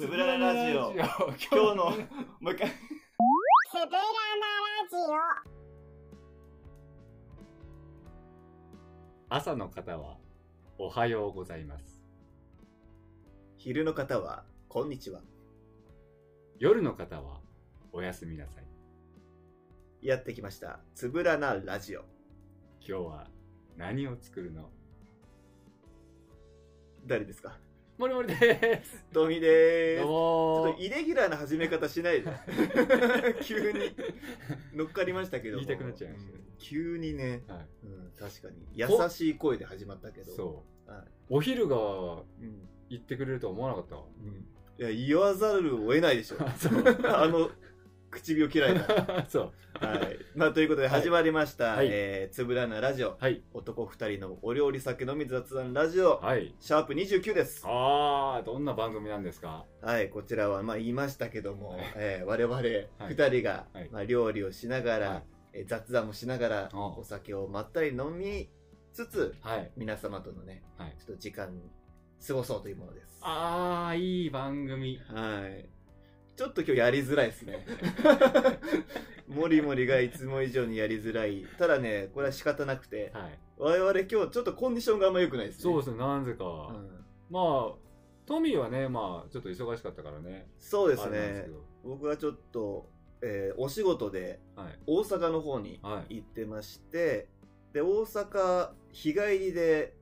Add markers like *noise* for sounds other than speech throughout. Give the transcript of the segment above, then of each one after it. つぶらなラジオ。今日の、もう一回。つぶらなラジオ。朝の方は、おはようございます。昼の方は、こんにちは。夜の方は、おやすみなさい。やってきました。つぶらなラジオ。今日は、何を作るの誰ですかもりもりです。トミーでーす。ちどうょもーっとイレギュラーな始め方しないで。急に乗っかりましたけども言いたくなっちゃいましたね急にね、はいうん、確かに。優しい声で始まったけど。そう、はいお昼がうん。言ってくれるとは思わなかっうん。いや、言わざるを得ないでしょ。 *laughs* たそあの、唇嫌いな。うそうはい。まあ、ということで始まりました。はいえー、つぶらなラジオ。はい男二人のお料理酒飲み雑談ラジオ。はいシャープ29です。あーどんな番組なんですかはい、こちらは、まあ、言いましたけども、はいえー我々はい二人が、はいまあ、料理をしながら、はいえー雑談もしながら、ああお酒をまったり飲みつつ、はい皆様とのね、はいちょっと時間過ごそうというものです。あーいい番組はい。ちょっと今日やりづらいです *laughs* ね。もりもりがいつも以上にやりづらい。ただね、これは仕方なくて、はい我々今日ちょっとコンディションがあんま良くないですね。そうですねなぜか、うんまあトミーはねまあちょっと忙しかったからねそうですあれなんですねけ。ど僕はちょっと、えーお仕事ではい大阪の方にはい行ってまして、で、大阪日帰りで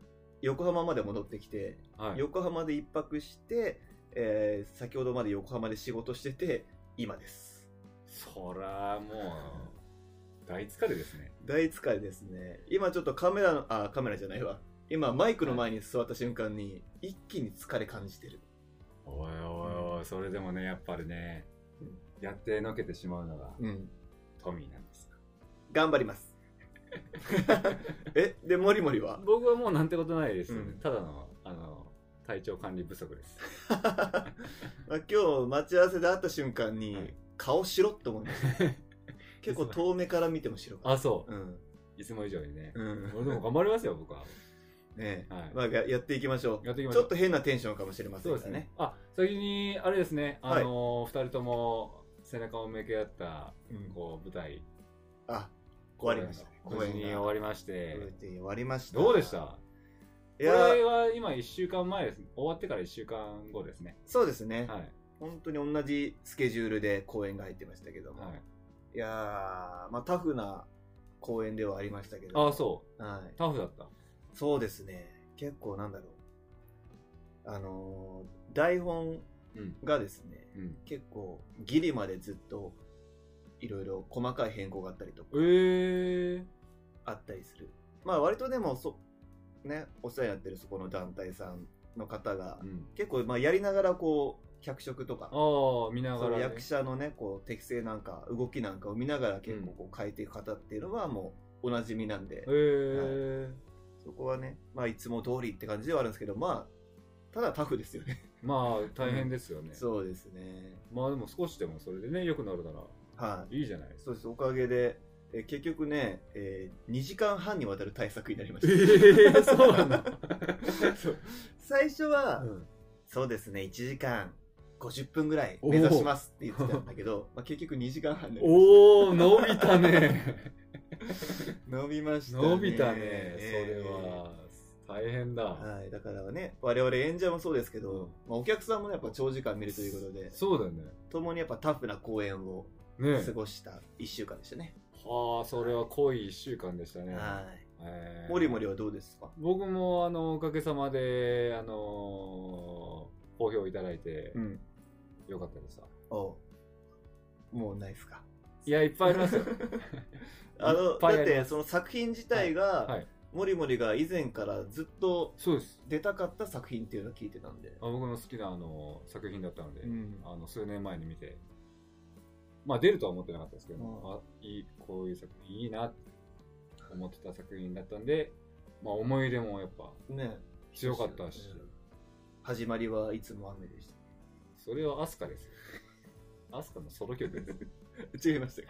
横浜まで戻ってきて、はい横浜で一泊して、えー先ほどまで横浜で仕事してて、今です。そらもう大疲れですね大疲れですね。今ちょっとカメラの、あ、カメラじゃないわ。今マイクの前に座った瞬間に、一気に疲れ感じてる。おいおいおいそれでもねやっぱりね、うんやってのけてしまうのがうん。トミーなんです頑張り *laughs* ます。え、で、モリモリは僕はもうなんてことないですよね、うんただのあの体調管理不足です *laughs* まあ、今日待ち合わせで会った瞬間に、はい顔白って思いました *laughs* 結構遠目から見ても白かっあそたうんういつも以上にね、うん俺でも頑張りますよ僕はねえ、はいまあ、ややっていきましょうやっていきましちょうょっと変なテンションかもしれませそんうがですねねあ先にあれですねはいあのー二、人とも背中を向け合ったうんこう舞台あ終わりました無事に終わりまし終わてり終わりましたどうでしたいこれやは今1週間前です終わってから1週間後ですねそうですね、はい本当に同じスケジュールで公演が入ってましたけども、はいい、やーまあタフな公演ではありましたけど、あそうはい、うタフだったそうですね。結構なんだろう。あのー台本うんがですね、うん結構ギリまでずっといろいろ細かい変更があったりとか、ええあったりする。まあ割とでもそ、ね、お世話になってるそこの団体さんの方が、うん、結構まあやりながらこう、脚色とか、ああ見なそがら、のね、役者のね、こう適性なんか動きなんかを見ながら結構こう変えていく方っていうのはもうおなじみなんで、えーそこはね、まあいつも通りって感じではあるんですけど、まあ、ただタフですよね。まあ大変ですよね、そうですね。まあでも少しでもそれでね良くなるならはい。いいじゃないですかそうです。おかげで、え結局ね、え2時間半にわたる対策になりま *laughs* えした。ー、そうなんだそう、最初は、うんそうですね、1時間50分ぐらいおー目指しますって言ってたんだけ *laughs* ど、まあ、結局2時間半でおお伸びたね *laughs* 伸びましたね。伸びたね、えーそれ。は大変だ、はい、だからね、我々演者もそうですけど、うんまあ、お客さんもね、やっぱ長時間見るということで、そうだよね共にやっぱタフな公演をね過ごした1週間でしたね。はあそれは濃い1週間でしたね、はい。えーモリモリはどうですか僕もあのおかげさまであのー好評いただいてん。よかったですわおうもうないですかいやいっぱいあ *laughs* りますよあのいっぱいだあっりてますその作品自体が、はいモリモリが以前からずっとそうです出たかった作品っていうのを聞いてたんで、あ僕の好きなあの作品だったので、んあの数年前に見て、まあ、出るとは思ってなかったですけうど、んあいいこういう作品いいなって思ってた作品だったんで、まあ、思い入れもやっぱね強かったし、うん始まりはいつも雨でしそれはアスカですよアスカのソロ曲ですた違いまし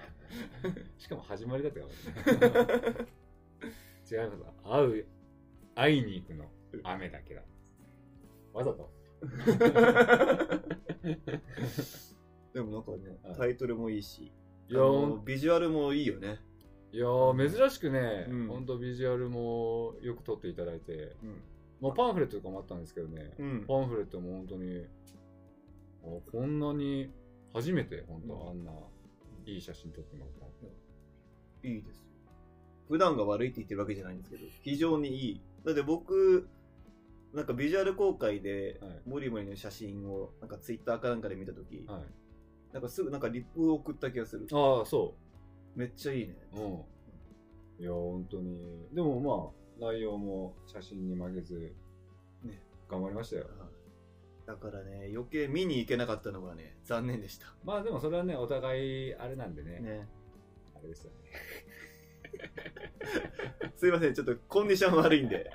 たかしかも始まりだったから *laughs* ね違います会う会いに行くの雨だけだわざとでもなんかねはい、タイトルもいいし、いやあほのんビジュアルもいいよね。いやー珍しくね、うんほんとビジュアルもよく撮っていただいて、うん。まあ、パンフレットとかもあったんですけどね、うん。パンフレットも本当に、あこんなに初めて本当あんないい写真撮ってもらっいいですよ。普段が悪いって言ってるわけじゃないんですけど、非常にいい。だって僕、なんかビジュアル公開でた。、はい。モリモリの写真を、なんかツイッターかなんかで見たとき、はい、なんかすぐなんかリップを送った気がする。ああ、そめっちゃいいね。う。うん。いや、本当に。でもまあ、内容も写真に負けず、ね頑張りましたよ。だからね、余計見に行けなかったのがね、残念でした。まあでもそれはね、お互いあれなんでね、ね。あれですよね。すいません、ちょっとコンディション悪いんで。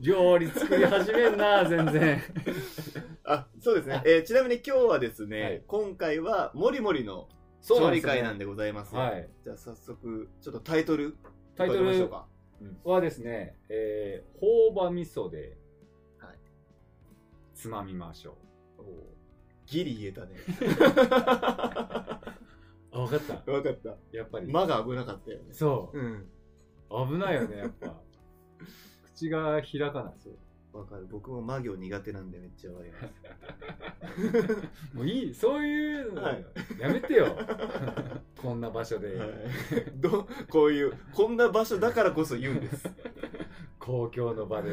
料理作り始めん *laughs* な、全然。あ、そうですね。えーちなみに今日はですね、はい今回は、モリモリのそ調理会なんででございます。すね。はい。じゃあ早速、ちょっとタイトル、タイト伺いましょうルか。はですね、えー、ほうば味噌で、はいつまみまし *laughs* ょギリ言えたね。 *laughs* う。あ、わかった。わかった。やっぱり。間が危なかったよね。そう。うん。危ないよね、やっぱ。口が開かない。そうわかる。僕も間行苦手なんでめっちゃわかります。もういい、そういうの、はいやめて *laughs* よ。こんな場所で、はい、どこういうこんな場所だからこそ言うんです公共の場で。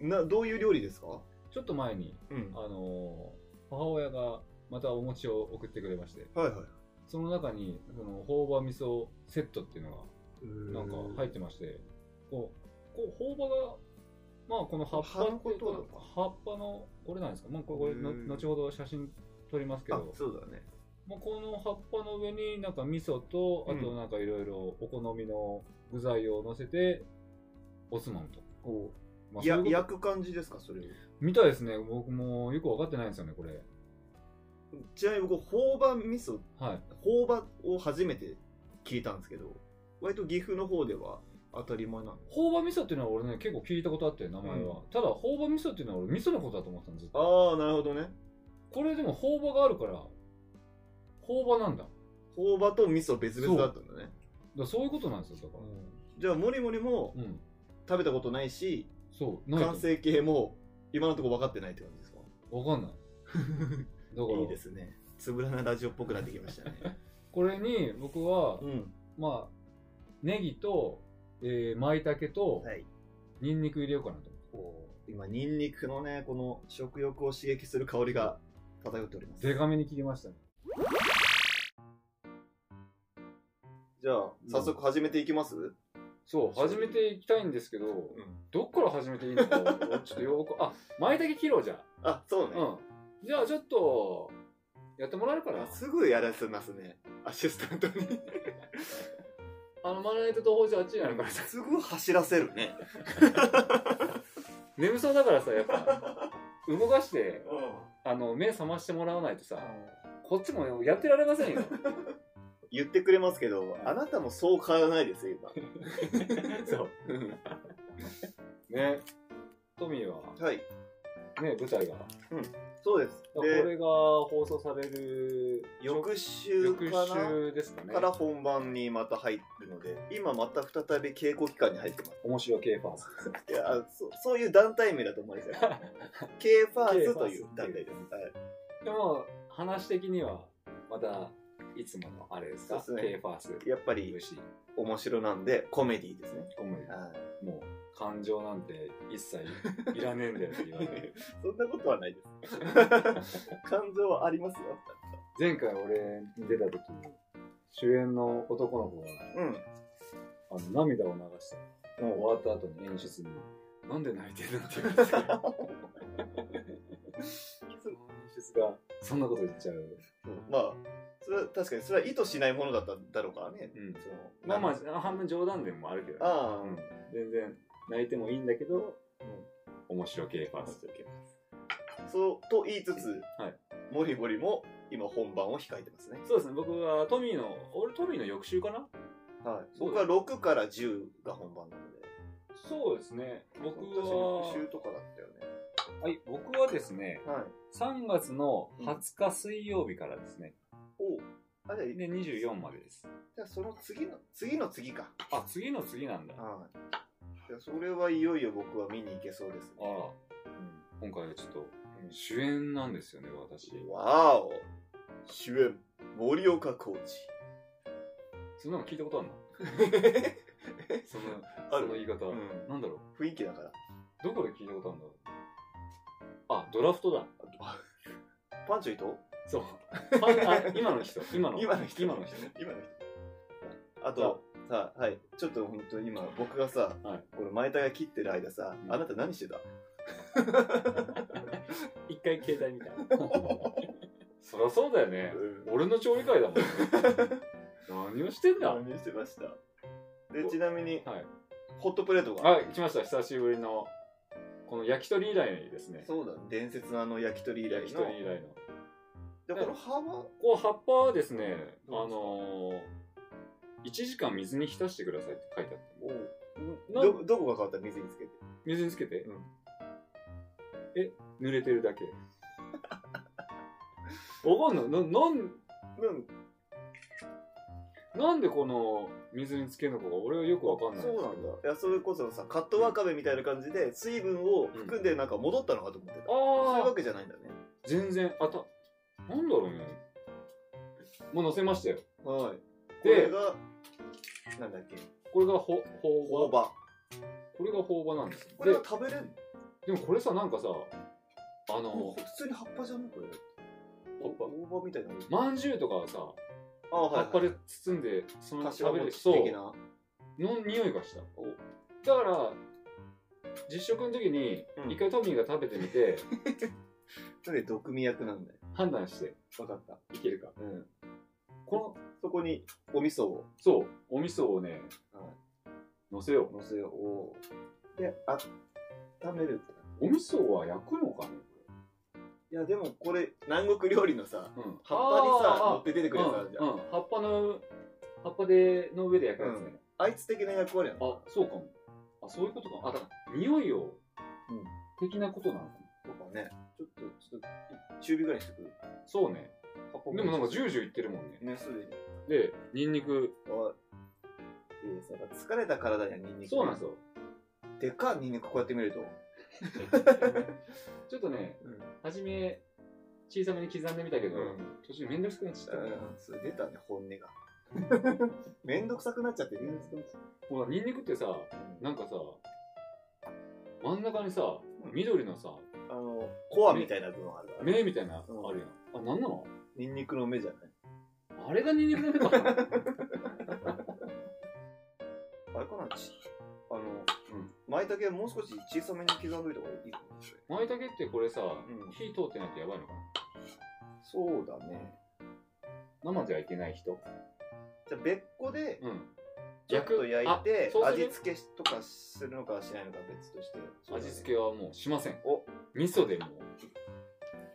などういう料理ですか、 *laughs* ちょっと前に、うん、あのー母親がまたお餅を送ってくれまして、はいはいその中に、その、ほうば味噌セットっていうのが、なんか入いってまして、こう、こう、ほうばが、まあこの葉っぱ葉のことなのか葉っぱの、これなんですか、まあこれ、これのうん後ほど写真撮りますけあど、そうだねまあ、この葉っぱの上になんか味噌と、あうんとなんかいろいろお好みの具材を乗せて、おつまみと。こう、まあ、やそういうこと焼く感じですかそれを見たいですね。僕もよくわかってないんですよね、これ。ちなみに僕朴葉味噌はい。朴葉を初めて聞いたんですけど割と岐阜の方では当たり前なのほうば味噌っていうのは俺ね、結構聞いたことあって、名前は。うんただ、ほうば味噌っていうのは俺、味噌のことだと思ってたんですこああなるほどねれでも、ほうばがあるから、ほうばなんだ。だか朴葉と味噌別々だったんだねらそういうことなんですよ、だから。じゃあもりもりもうん。食べたことないしそう。ないと完成形も今のところ分かってないって感じですかわか *laughs* んない。だから、いいですね。つぶらなラジオっぽくなってきました *laughs* ね。これに、僕は、うん。まあ、ネギと、えー、舞茸と、はい。ニンニク入れようかなと思って。今、ニンニクのね、この食欲を刺激する香りが漂っております。でかめに切りましたね。じゃあ、早速始めていきますそう、始めていきたいんですけど、ん。どっから始めていいのか、俺ちょっとよーく、あ、舞茸切ろうじゃん。あ、そうね。うん。じゃあちょっと、やってもらえるかなあすぐやらせますね。アシスタントに。あの、まな板と包丁あっちにあるからさ。 *laughs* すぐ走らせるね。眠そうだからさ、やっぱ、 *laughs* 動かして、うあの、目覚ましてもらわないとさ、こっちもやってられませんよ。言ってくれますけど、あなたもそう変わらないですよ、 *laughs* そう。今。ね。トミーは、はい。ね、舞台が。そうです。こで、れが放送される、翌週翌かな週ですかねか。ら本番にまた入るので、今また再び稽古期間に入ってます。面白系ファースいやあそそういう団体名だと思うん *laughs* ですよ。K ファースという K-FIRST 団体です。はい、ト。でも、話的には、また、いつものあれですか、そうですね K ファースト。やっぱり MC。面白なんでコメディですね。ごめんはいもう感情なんて一切 *laughs* いらねえんだよって言われてそんなことはない *laughs* です。感情はありますよ。前回俺に出た時に主演の男の子がうん。あの涙を流した終わった後に演出に「なんで泣いてるの?」って言 *laughs* われてその演出がそんなこと言っちゃう、そうまあ、それは確かにそれは意図しないものだったんだろうからね。うん、そのまあまあ半分冗談でもあるけど、ね、ああ、うん全然泣いてもいいんだけど、面白系ファーストそう、と言いつつ、はいモリモリも今本番を控えてますね。そうですね僕はトミーの俺トミーの翌週かなはい。そう僕だは6から10が本番なので。そうですね僕確かはに復習とかだったよね。はい、僕はですね、はい。 3月の20日水曜日からですね、おうあ、じゃあ、で、24までです。じゃあその次の、次の次か。あ、次の次なんだ。あはい。じゃあ、それはいよいよ僕は見に行けそうですね。ら、今回はちょっと、主演なんですよね、私。わーお主演、森岡浩二。そんなの聞いた *laughs* ことあるのその、あそるの言い方。うんなんだろう雰囲気だから。どこで聞いたことあるんだろうあ、ドラフトだ。パンチョ伊藤そう。あ今の人。今の。今の人今の人。今の人。あと、さ、はい。ちょっと本当に今、僕がさ、はいこの前田が切ってる間さ、うんあなた何してた一回携帯見た。 *laughs* そりゃそうだよね。うん俺の調理会だ *laughs* もん。何をしてんだは何してましたで、ちなみに、い。ホットプレートが。あ、来ました。久しぶりの、この焼き鳥以来ですね。そうだ、ね、伝説のあの焼き鳥以来焼きの。鳥以来の。で、この幅、こう、葉っぱはですね、あどうですかのー、1時間水に浸してくださいって書いてあった。おうなんど、どこが変わった水につけて。水につけて、うんえ濡れてるだけ *laughs* わかんないななんうん、なんでこの水につけるのかが俺はよくわかんないそうなんだ。いや、それこそさ、カットワカメみたいな感じで、水分を含んでなんか戻ったのかと思ってた。そういうあわあけじゃないんだね。全然あたなんだろうねもう乗せましたよはい。これでが、なんだっけ、これがほほ大うば葉。これがほうばなんですこでれは食べれるでもこれさなんかさあのの *laughs* 普通に葉っぱじゃないこれ。葉っぱ大葉みたいな。まんじゅうとかはさあ、は葉っぱい、で包んでそのまはまい。食べるそ。そうう的な。の匂いがしたおだから実食の時にうん一回トミーが食べて *laughs* みて、なんで毒味役なんだよ。判断してわかった。いけるかうん。このそこにお味噌をそうお味噌をねはのせよ乗せよう。おうで、温めるって感うお味噌は焼くのかねじ。いや、でもこれ、南国料理のさ、これ、うん、葉っぱにさ、乗って出ててくるやつあるじゃん。うん、葉っぱの葉っぱでの上で焼くやつね、あいつ的な役割なのあそうかもあそういうことかもあだから匂いを、的なことなのかとかね。ちょっと、ちょっと、中火ぐらいにしてくる。なそうねでもなんかジュージューいってるもんねね、すでに。でニンニクあいいですね。やっぱ疲れた体にはニンニク。そうなんですよでかいニンニクこうやって見ると。 *laughs* ちょっとね、うん初め小さめに刻んでみたけど、うん途中めんどくさくなっちゃった、ねうん、それ出たね、本音が。 *laughs* めんどくさくなっちゃって、めんどくさくなっちゃっほらニンニクってさた。なんかさ真ん中にさうん緑のさあの、コアみたいな部分あるから。目みたいなうんあるよ、ん、あなんなのニンニクの目じゃないあれがニンニクの目かあれかなちあの、ん舞茸もう少し小さめに刻んどいた方がいいかもしれない。 *laughs* 舞茸ってこれさ、ん火通ってないとやばいのかそうだね。な生じゃいけない人じゃあ別個で、うんちょっと焼いてあ、そうす味る付けとかするのかしないのかは別として。味付けはもうしませんお味噌でもけ。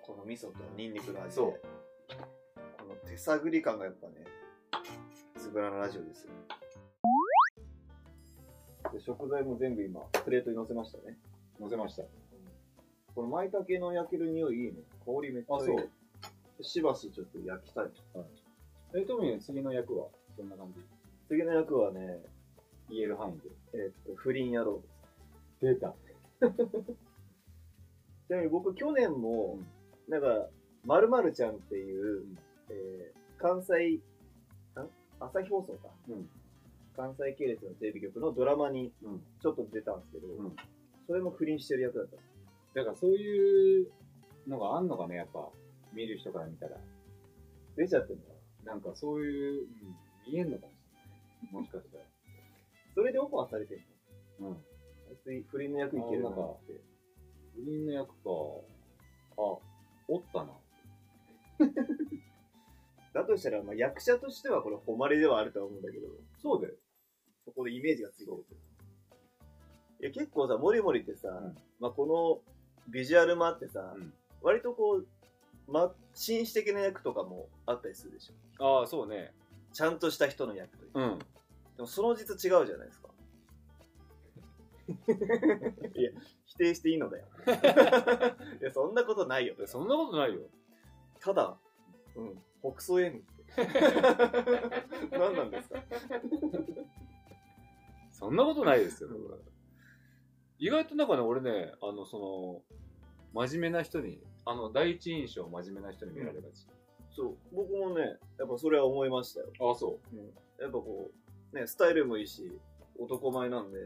この味噌とニンニクの味で。そうこの手探り感がやっぱね、つぶらなラジオですよ。で食材も全部今、プレートに乗せましたね。のせましたこの舞茸の焼ける匂いいいね。香りめっちゃいい。あそうしばしちょっと焼きたい。えトミー次の役はどんな感じ次の役はね、言える範囲でえっと、不倫野郎です。出たちなみに僕、去年も、なんか、まるまるちゃんっていう、うんえー関西、ん朝日放送か。うん関西系列のテレビ局のドラマにうんちょっと出たんですけど、うんそれも不倫してる役だったんです。だからそういうのがあんのかね、やっぱ。見る人から見たら。出ちゃってるのかななんかそういう、見えんのかもしれない。もしかしたら。それでオファーされてるうん。のあいつ不倫の役いけるなって。不倫の役か。あ、おったな。だとしたら、まあ、役者としてはこれ誉れではあるとは思うんだけど、そうだよ。そこでイメージがついてる。いや、結構さ、モリモリってさ、んまあ、このビジュアルもあってさ、うん割とこう、ま、紳士的な役とかもあったりするでしょ。ああ、そうね。ちゃんとした人の役というかうん。 *laughs* でもその実違うじゃないですか。否定していいの *laughs* だよ。いや、そんなことないよ。そんなことないよ。ただ、うん、北総 *laughs* M って。何なんですかそんなことないですよ。僕は意外となんかね、俺ね、あの、その、真面目な人に、あの、第一印象真面目な人に見られがち。そう、僕もね、やっぱそれは思いましたよ。あ、そやっぱこう、ね、スタイルもいいし、男前なんで、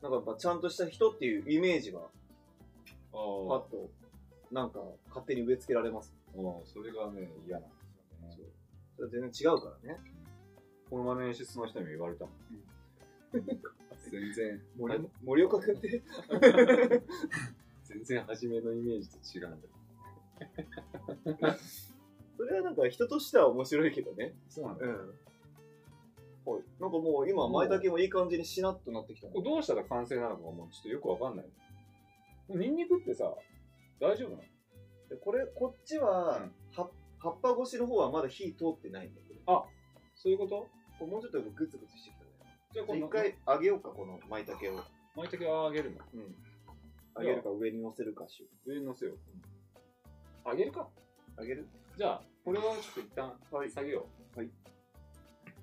なんかやっぱちゃんとした人っていうイメージが、う。パああッと、なんか勝手に植え付けられます。うんそれがね、嫌なんですよね。それは全然違うからね。このまの演出の人にも言われたもん。全然、森森岡君って、全然初めのイメージと違うんだよ。それはなんか人としては面白いけどね。そうなんだ。うん。はい。なんかもう今、前だけもいい感じにしなっとなってきたねこれどうしたら完成なのかがもうちょっとよくわかんない。ニンニクってさ、大丈夫なのでこれ、こっちうはん、葉っ葉っぱ越しの方はまだ火通ってないんだけど、そういうことこれもうちょっとグツグツしてきたね。じゃあじゃこあの一回あげようか、この舞茸を。舞茸あげるのうん。あげるか上に乗せるかし上に乗せよう。あげるか。あげるじゃあ、これはちょっと一旦はい下げよう。はい。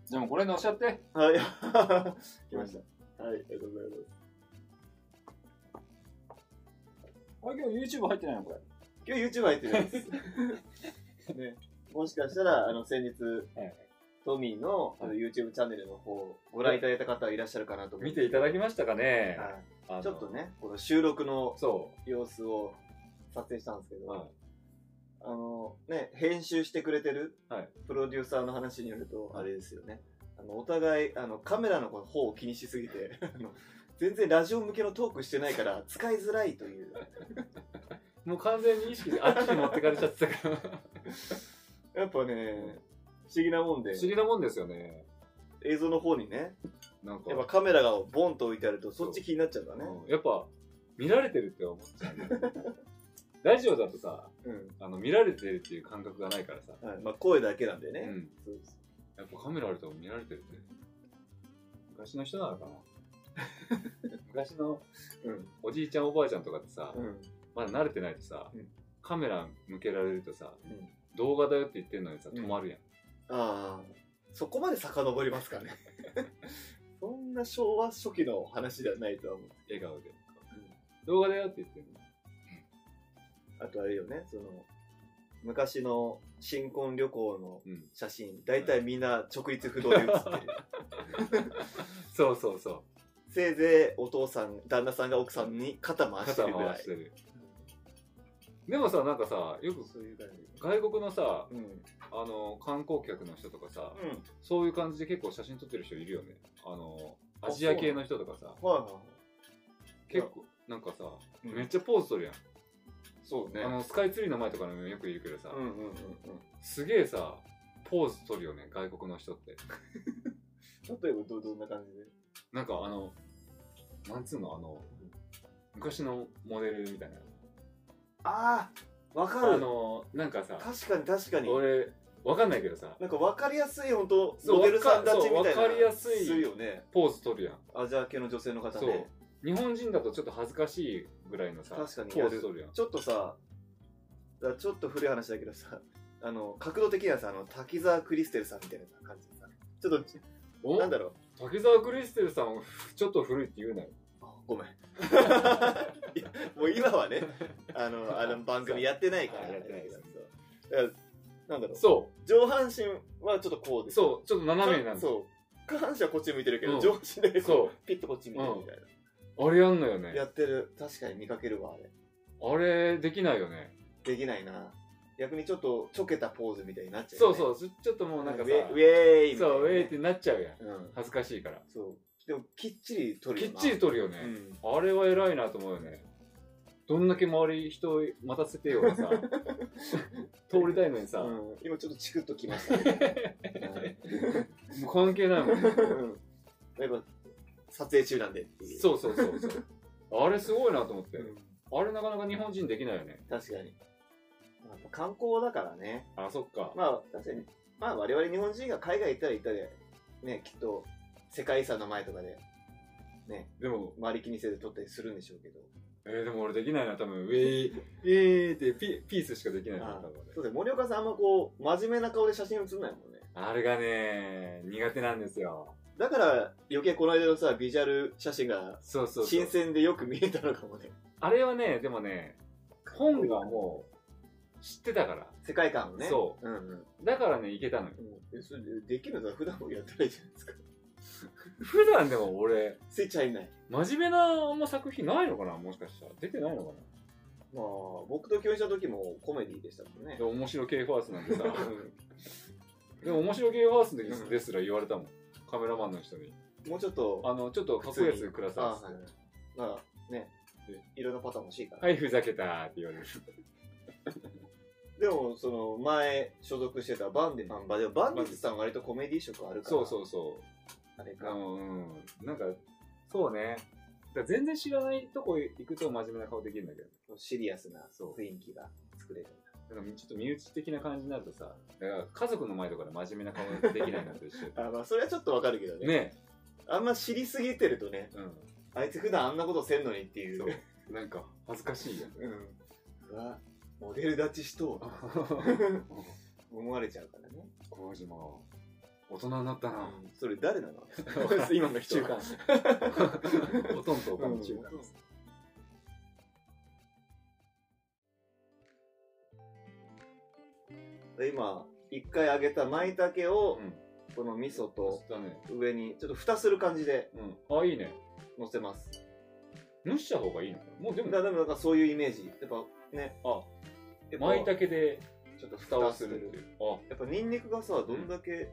じゃあもうこれ乗しちゃって。はい。 *laughs* 来ました。はい、ありがとうございます。あ、今日 YouTube 入ってないのこれ。今日 YouTube 入ってるんです。ね。もしかしたら、あの、先日はい、トミーのあの YouTube チャンネルの方をご覧いただいた方はいらっしゃるかなと思見ていただききましたかねあのちょっと。ね、この収録のそ様子を撮影したんですけう。ど、はい。あの、ね、編集してくれてるはいプロデューサーの話によると、はあいれですよね。あの、お互い、あの、カメラのこの方を気にしすぎて、 *laughs* あの全然ラジオ向けのトークしてないから、使いづらいという。もう完全に意識であっちに持ってかれちゃってた *laughs* から。やっぱね、不思議なもんで不、思議なもんですよね。映像の方にね、なんか。やっぱカメラがボンと置いてあると、そっち気になっちゃうからね。うんやっぱ、見られてるって思っち *laughs* ゃうね。ラジオだとさ、うん。あの、見られてるっていう感覚がないからさ。はい、まあ、声だけなんでうね。ん。そうですやっぱカメラあると見られてるって。昔の人なのかな *laughs* 昔のうん。おじいちゃんおばあちゃんとかってさ、うん。まだ慣れてないとさ、うんカメラ向けられるとさ、うん動画だよって言ってんのにさ、うん止まるやん。ああ、そこまで遡りますかね。 *laughs* そんな昭和初期の話ではないとは思う。笑顔で。動画だよって言ってんの。あとあれよね、その、昔の新婚旅行のうん。写真、大体みんな直立不動で写って *laughs* る。そうそうそせいぜいお父さん、旦那さんが奥さんに肩う。回して肩るぐら回いして。る。でもさ、なんかさ、よくそういう感じ。外国のさ、うん。あの、観光客の人とかさ、そういう感じで結構写真撮ってる人いるよね。あの、アジア系の人とかさ、はいはいはい。結構、なんかさ、うんめっちゃポーズ取るやん。そうねあの、スカイツリーの前とかにもよくいるけどさ、うんうんうんうん。すげえさ、ポーズ取るよね、外国の人って。例えばど、どんな感じでなんかあの、なんつうの、あの、昔のモデルみたいな。ああ、わかある。の、なんかさ、確かに確かに。俺、わかんないけどさ、なんかわかりやすい、本当そうモデルさんたちみたいな。わかそうわかりやすいするよね。ポーズ取るやん。アジア系の女性の方そうね。。日本人だとちょっと恥ずかしいぐらいのさ、ポ確かにやーるズ取るやん。ちょっとさ、だちょっと古い話だけどさ、 *laughs* あの、角度的にはさ、あの、滝沢クリステルさんみたいな感じでさ、ちょっと、おなんだろう。滝沢クリステルさん、 *laughs* ちょっと古いって言うなよ。あご *laughs* めん。いやもう今はね、あの、あの番組やってないから。 *laughs* やってないでそすうだからなんだろう。そ上半身はちょっとこうう、です。そう、ちょっと斜めになるかのそう。下半身はこっち向いてるけど、うん上半身だけそピッとこっち向いてるみたいな。う。あれやんのよね。やってる。確かに見かけるわ、あれ。あれ、できないよね。できないな。逆にちょっとちょけたポーズみたいになっちゃう、ね。そうう。そう、ちょちょっともうななんんかかウさ、ェウェーイみたいなそねう、ウェイってなっちゃうやん。うん。恥ずかしいから。そう。でも、きっちり取きるっよなちり撮るよね。うん。あれは偉いなと思うよね。どんだけ周り人を待たせてよう *laughs* がさ、通りたいのにさ、もうん今ちょっとチクッときましたね。 *laughs* う関係ない *laughs* もんね。うんやっぱ、撮影中なんでっていう。そうそうそうそう。あれすごいなと思って。うんあれなかなか日本人できないよね。確かに。まあやっぱ観光だからね。あ、そっか。まあ、確かに。まあ、我々日本人が海外行ったら行ったで、ね、きっと、世界遺産の前とかで、ね、でも、周り気にせず撮ったりするんでしょうけど。えー、でも俺できないな、多分。ウェイ、ウェイってピピースしかできないな、あ多分そうだよ、森岡さんあんまこう、真面目な顔で写真写んないもんね。あれがね、苦手なんですよ。だから余計この間のさ、ビジュアル写真がそうそうそう。新鮮でよく見えたのかもね。あれはね、でもね、本がもう知ってたから。世界観をね。。そううんうん。だからね、いけたのよ。うんえそれできるのは普段もやってないじゃないですか。 *laughs* 普段でも俺、スイッチ入んない。真面目なあんま作品ないのかなもしかしたら。出てないのかまあ、僕と共演した時もコメディでしたもんなねで。も面白系ファーストなんでさ。 *laughs* うでも面白系ファーストのう時んですら言われたもん。カメラマンの人に。んもうちょっと、あの、ちょっとかっこいいやつくださいっつっあはいまあねで、いろんなパターン欲しいかて。ら。はい、ふざけたーって言われる。でも、その、前、所属してたバンディさん、まあでもバンディさん割とコメディ色あるから。。そうそううそう。あれか。あのうん。なんか、そうね。だから全然知らないとこ行くと真面目な顔できるんだけど。シリアスなそう雰囲気が作れる。なんかちょっと身内的な感じになるとさ、だから家族の前とかで真面目な顔できないなと一緒あまあ、それはちょっとわかるけどね。 *laughs* ねあんま知りすぎてるとね、え。うん。あいつ普段あんなことせんのにっていう。そうなんか、恥ずかしい *laughs* やん。うん。うわ、モデル立ちしとう思われちゃうからね。小島、大人になったな。それ誰なの *laughs* 今 *laughs* の人中は間。おとんとおかんの中間です。今、一回揚げた舞茸を、うんこの味噌とだね。上に、ちょっと蓋する感じでうん。あ、いいね。乗せます。蒸した方がいいのかなもうでだも、からでもなんかそういうイメージ。やっぱね、あ、やっぱ舞茸でちょっと蓋蓋ををすするるっていう。あ、やっぱニンニクがさ、どんだけ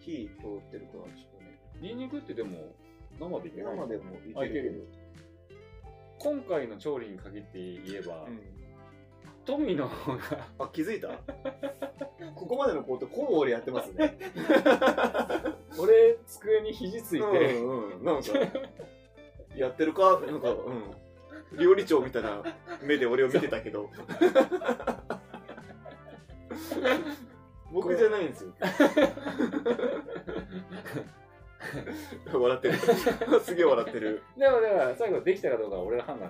火通ってるかはちょっとね、ニンニクってでも、生でいけない生でもいあけいけるる今回の調理に限って言えけば、ど。うん富の方があ、気づいた *laughs* ここまでの工程、ほぼ俺やってますね。俺机に肘ついて、うんうん、なんか、やってるかなんか、うん。料理長みたいな目で俺を見てたけど。僕じゃないんですよ。笑ってる。すげえ笑ってる。でもだから最後できたかどうかは俺の判断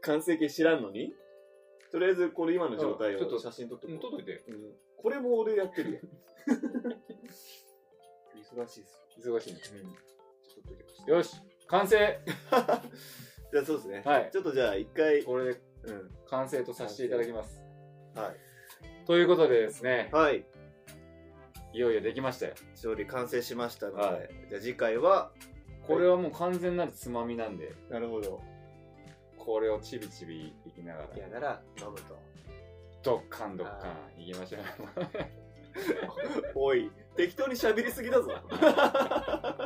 完成形知らんのにとりあえずこれ今の状態をうんちょっと写真撮っとこ取うっといてうんこれも俺やってるやん忙しいっす *laughs* 忙しいねよ、うん、ちょっと撮っときましたよし完成じゃあそうですね、はいちょっとじゃあ一回、これでうん、完成とさせていただきますはということでですねい、はい、いよいよできましたよ調理完成しましたので、はじゃあ次回はこれはもう完全なるつまみなんでなるほどこれをちびちびいきながらやなら飲むとドッカンドッカンいきましょう *laughs* おい適当に喋りすぎだぞ *laughs*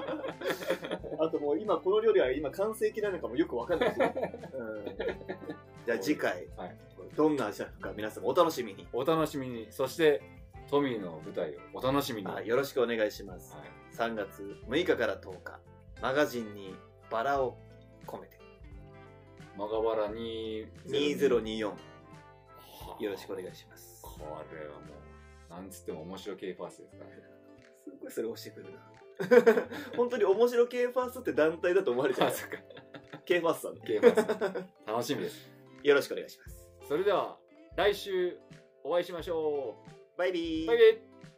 あともう今この料理は今完成形なのかもよくわかんないし、うん、じゃあ次回はい、どんなシャフか皆さんもお楽しみに。お楽しみにそしてトミーの舞台をお楽しみに、あよろしくお願いします。はい3月6日から10日、マガジンにバラを込めて、マガバラ2 2024、よろしくおいし願いします。これはもう、なんつっても面白系ファーストですからね。すっごいそれ押してくるな。本当に面白系ファーストって団体だと思われちゃう。か。系ファーストさんね系ファースト。楽しみです。よろしくお願いします。それでは、来週お会いしましょバイビー。う。バイバイ。